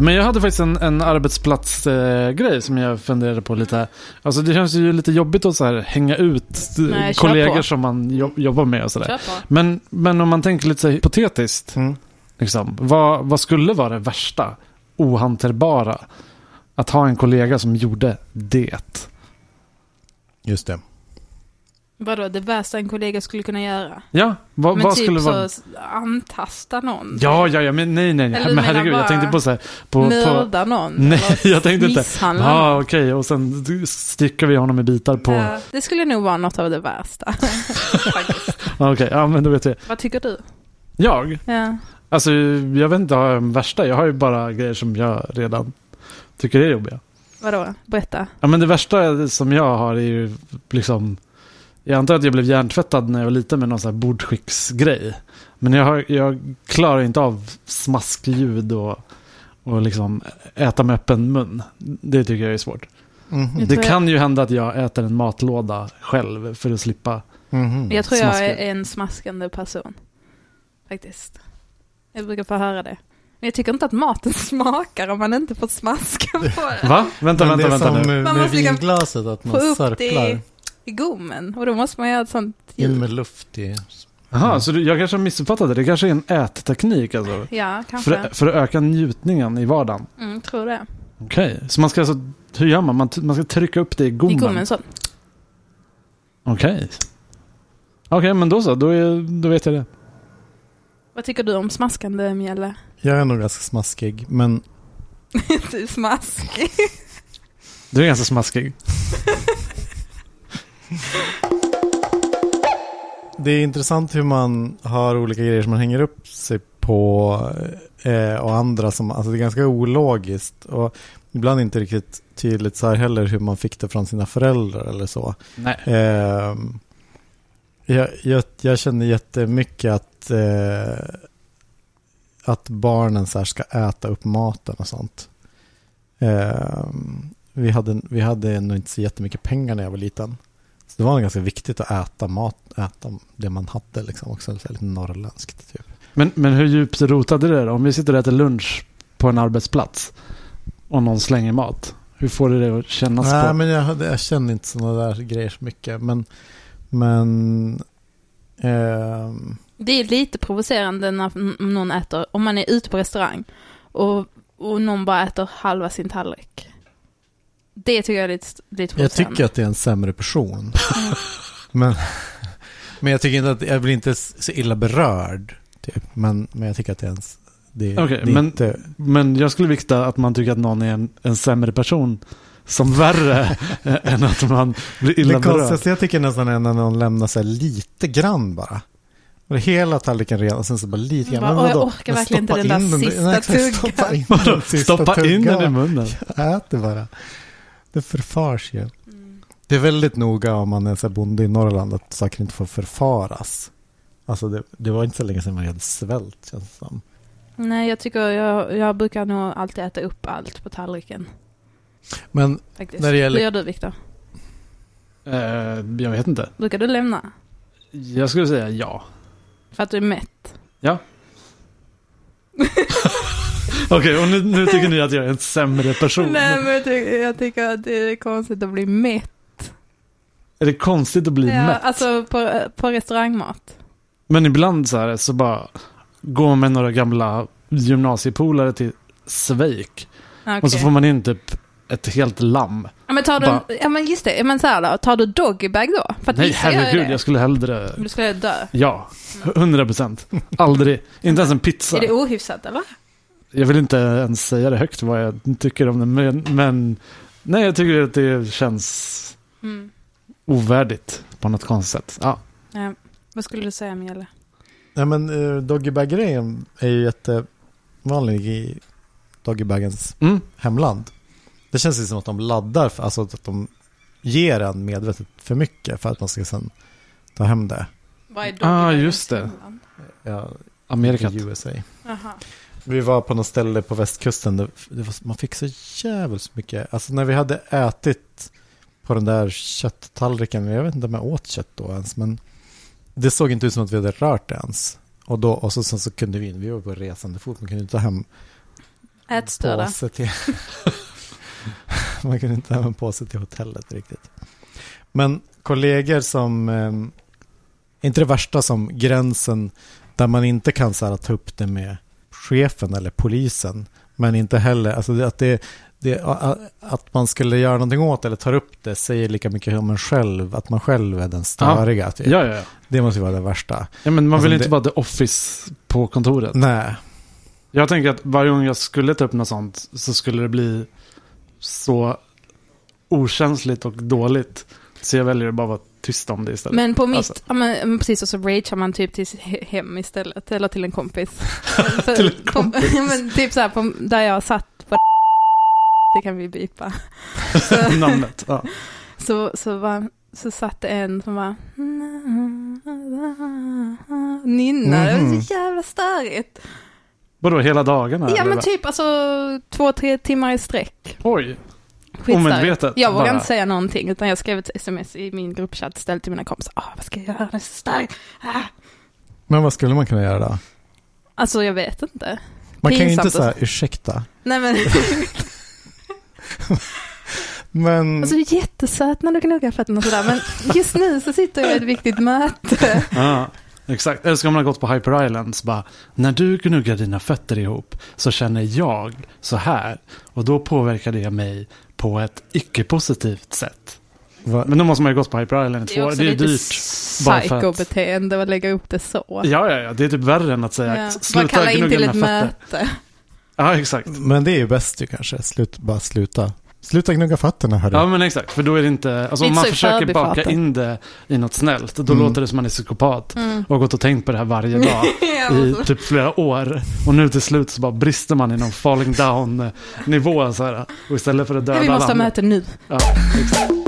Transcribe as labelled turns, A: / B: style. A: Men jag hade faktiskt en, en arbetsplatsgrej eh, som jag funderade på lite. Alltså det känns ju lite jobbigt att så här hänga ut eh,
B: Nej, kör
A: kollegor
B: på.
A: som man jo- jobbar med och sådär.
B: Kör på.
A: Men, men om man tänker lite så här hypotetiskt,
C: Mm.
A: liksom, vad, vad skulle vara det värsta ohanterbara? Att ha en kollega som gjorde det.
C: Just det.
B: Vadå, det värsta en kollega skulle kunna göra?
A: Ja, vad,
B: Men
A: vad
B: typ
A: skulle
B: så
A: vara...
B: s- antasta någon?
A: Ja, ja, ja, men nej, nej,
B: Eller
A: nej. Men
B: du menar
A: herregud, jag
B: bara
A: tänkte på så här, på, på,
B: Mörda någon?
A: Nej,
B: eller
A: jag tänkte inte. Ja,
B: Misshandla någon?
A: ah, okej. Och sen styckar vi honom i bitar på...
B: Eh, Det skulle nog vara något av det värsta. Faktiskt.
A: Ah, okej, ja men då vet vi.
B: Vad tycker du?
A: Jag?
B: Ja.
A: Alltså, jag vet inte vad den värsta. Jag har ju bara grejer som jag redan tycker är jobbiga.
B: Vadå? Berätta.
A: Ja, men det värsta som jag har är ju liksom... Jag antar att jag blev hjärntvättad när jag var liten med någon sån här bordskicksgrej. Men jag, har, jag klarar inte av smaskljud och, och liksom äta med öppen mun. Det tycker jag är svårt.
C: Mhm.
B: Jag
A: Det
B: tror jag-
A: kan ju hända att jag äter en matlåda själv för att slippa
C: Mhm.
B: Jag tror jag
A: Smaskig.
B: är en smaskande person. Faktiskt. Jag brukar få höra det. Men jag tycker inte att maten smakar om man inte får smaska på den.
A: Va? Vänta,
C: Men det
A: vänta,
C: är
A: vänta
C: som
A: nu.
C: med,
B: Man
C: med
B: måste liksom
C: vinglaset, att
B: Få
C: man
B: upp det i,
C: sörplar
B: i gommen. Och då måste man göra ett sånt
C: in
B: ljud.
C: med luft i.
A: Jaha, så du, jag kanske missuppfattade. Det kanske är en ätteknik alltså.
B: Ja,
A: För,
B: kanske.
A: för att öka njutningen i vardagen.
B: Mm, tror det.
A: Okej, så man ska alltså, hur gör man? Man, t- man ska trycka upp det i
B: I
A: gommen?
B: gommen så.
A: Okej. Okej, men då så. Då, är, då vet jag det.
B: Vad tycker du om smaskande mjälle?
C: Jag är nog ganska smaskig, men
B: du är Typ smaskig.
A: Du är ganska smaskig.
C: det är intressant hur man har olika grejer som man hänger upp sig på eh, och andra som, alltså det är ganska ologiskt och ibland inte riktigt tydligt så här heller hur man fick det från sina föräldrar eller så.
A: Nej.
C: Ehm, jag, jag, jag känner jättemycket att, eh, att barnen så här ska äta upp maten och sånt. Ehm, vi, hade, vi hade nog inte så jättemycket pengar när jag var liten. Så det var nog ganska viktigt att äta mat, äta det man hade liksom också, så här lite norrländskt typ.
A: Men, men hur djupt rotade det då? Om vi sitter och äter lunch på en arbetsplats och någon slänger mat. Hur får du det att kännas
C: Nej,
A: på?
C: men jag, hade, jag kände inte sådana där grejer så mycket. Men, men ehm,
B: Det är lite provocerande när n- någon äter, om man är ute på restaurang och, och någon bara äter halva sin tallrik. Det tycker jag är lite, lite
C: Jag
B: provocerande.
C: tycker att det är en sämre person. men, men jag tycker inte att, jag blir inte s- så illa berörd. Typ. Men, men jag tycker att det är en, s- det,
A: Okej,
C: det är
A: men-
C: inte,
A: Men jag skulle vikta att man tycker att någon är en, en sämre person som värre än att man blir illa
C: det
A: berörd.
C: konstigaste jag tycker nästan är när någon lämnar sig lite grann bara. Och det hela tallriken ren och sen så bara lite grann.
B: Bara,
C: Men
B: "Åh, jag
C: vadå?
B: orkar
C: Men
B: verkligen inte
C: stoppa
B: den där
C: in
B: sista
C: nej, exakt,
B: tuggan."
C: Stoppa in
A: Vadå?
C: den sista
A: Stoppa in den i
C: tuggan.
A: munnen.
C: Ät det bara. Det förfars ju. Det är väldigt noga om man är så här bonde i Norrland att saker inte får förfaras. Alltså det, det var inte så länge sedan man hade svält känns det som.
B: Nej, jag tycker jag, jag brukar nog alltid äta upp allt på tallriken.
C: Men
B: Faktiskt.
C: När det gäller-
B: Hur gör du Viktor?
A: Eh, jag vet inte.
B: Brukar du lämna?
A: Jag skulle säga ja.
B: För att du är mätt?
A: Okej, och nu, nu tycker ni att jag är en sämre person.
B: Nej, men jag tycker, jag tycker att det är konstigt att bli mätt.
A: Är det konstigt att bli
B: Ja,
A: mätt?
B: alltså på, på restaurangmat.
A: Men ibland så här så bara går man med några gamla gymnasiepolare till Sveik.
B: Okay.
A: Och så får man in typ ett helt lamm.
B: ja, men tar du,
A: bara-
B: ja, men just det. Ja, men så här då, tar du doggybag då? För att
A: Nej,
B: vissa gör ju
A: herregud,
B: det.
A: jag skulle hellre...
B: Du skulle dö.
A: Ja, 100 procent. Aldrig. Inte ens en pizza.
B: Är det ohyfsat eller?
A: Jag vill inte ens säga det högt vad jag tycker om det, men, men nej, jag tycker att det känns
B: Mm.
A: ovärdigt på något konstigt sätt. Ja.
B: Ja. Vad skulle du säga Mjelle?
C: Nej men uh, doggybag-grejen är ju jättevanlig i doggybagens
A: Mm.
C: hemland. Det känns ju som att de laddar, för, alltså att de ger en medvetet för mycket för att man ska sen ta hem det.
B: Vad är
A: Ah, just det.
C: Ja,
A: Amerikat.
C: i USA.
B: Aha.
C: Vi var på något ställe på västkusten. Där det var, man fick så jävligt mycket. Alltså när vi hade ätit på den där kötttallriken. Jag vet inte om jag åt kött då ens. Men det såg inte ut som att vi hade rört det ens. Och, då, och så, sen så kunde vi in. Vi var på resande fot. Man kunde inte ta hem
B: Ätstörda.
C: påse till... Man kunde inte ha en påse till hotellet riktigt. Men kollegor som... ehm, inte det värsta som gränsen där man inte kan så här, ta upp det med chefen eller polisen. Men inte heller, alltså det- att, det, det, a- a- att man skulle göra någonting åt eller tar upp det säger lika mycket om en själv, att man själv är den störiga. Typ.
A: Ja, ja, ja.
C: Det måste ju vara det värsta.
A: ja men man
C: Alltså,
A: vill
C: det-
A: inte vara the office på kontoret.
C: Nej,
A: Jag tänker att varje gång jag skulle ta upp något sånt så skulle det bli så okänsligt och dåligt. Så jag väljer att bara vara tyst om det istället.
B: Men på mitt,
A: Alltså.
B: ja, men, men precis och så ragear man typ till sitt he- hem istället, eller till en kompis. För-
A: Till en kompis.
B: På, men typ så här, på, där jag satt på det kan vi bipa. Så,
A: Namnet. Ja.
B: så, så, var, så satt det en som var nynnade, det var
A: Mm-hmm.
C: Mhm.
B: så jävla störigt.
A: Vadå, hela dagarna?
B: Ja
A: eller
B: men
A: vad?
B: typ alltså två, tre timmar i sträck.
A: Oj,
B: Skitstörigt.
A: omedvetet.
B: Jag vågar
A: bara.
B: inte säga någonting utan jag skrev ett sms i min gruppchatt ställt till mina kompisar. Ah, vad ska jag göra? Det är så starkt. Ah.
C: men vad skulle man kunna göra då?
B: Alltså jag vet inte.
C: Man kan ju inte
B: Pinsamt
C: säga ursäkta.
B: Nej men
C: Men...
B: alltså du är jättesöt när du gnuggar fötterna och sådär men just nu så sitter jag i ett viktigt möte.
A: Ja, exakt. Eller ska man ha gått på Hyper Island så bara, när du gnuggar dina fötter ihop så känner jag så här. Och då påverkar det mig på ett icke-positivt sätt.
C: Va-
A: Men då måste man ju gått på Hyper Island i två
B: Det är
A: år.
B: också
A: Det är
B: lite
A: dyrt. bara för att-
B: psykobeteende att lägga upp det så.
A: Ja, ja, ja. Det är typ värre än att säga,
B: Ja. Man
A: sluta
B: kallar in
A: gnugga dina
B: till ett
A: fötter.
B: möte.
A: Ja, exakt.
C: Men det är ju bäst ju kanske. Slut, bara sluta. Sluta gnugga fötterna hörru.
A: Ja men exakt, för då är det inte, alltså om
B: Lite
A: man
B: så i
A: försöker baka
B: förbifarten.
A: in det i något snällt, då
C: Mm.
A: låter det som man är psykopat
B: Mm.
A: och har gått och tänkt på det här varje dag i
B: Ja,
A: typ flera år. Och nu till slut så bara brister man i någon falling down nivå så här. Och istället för att döda
B: Vi måste
A: alla
B: ha
A: andra-
B: möte nu.
A: Ja, exakt.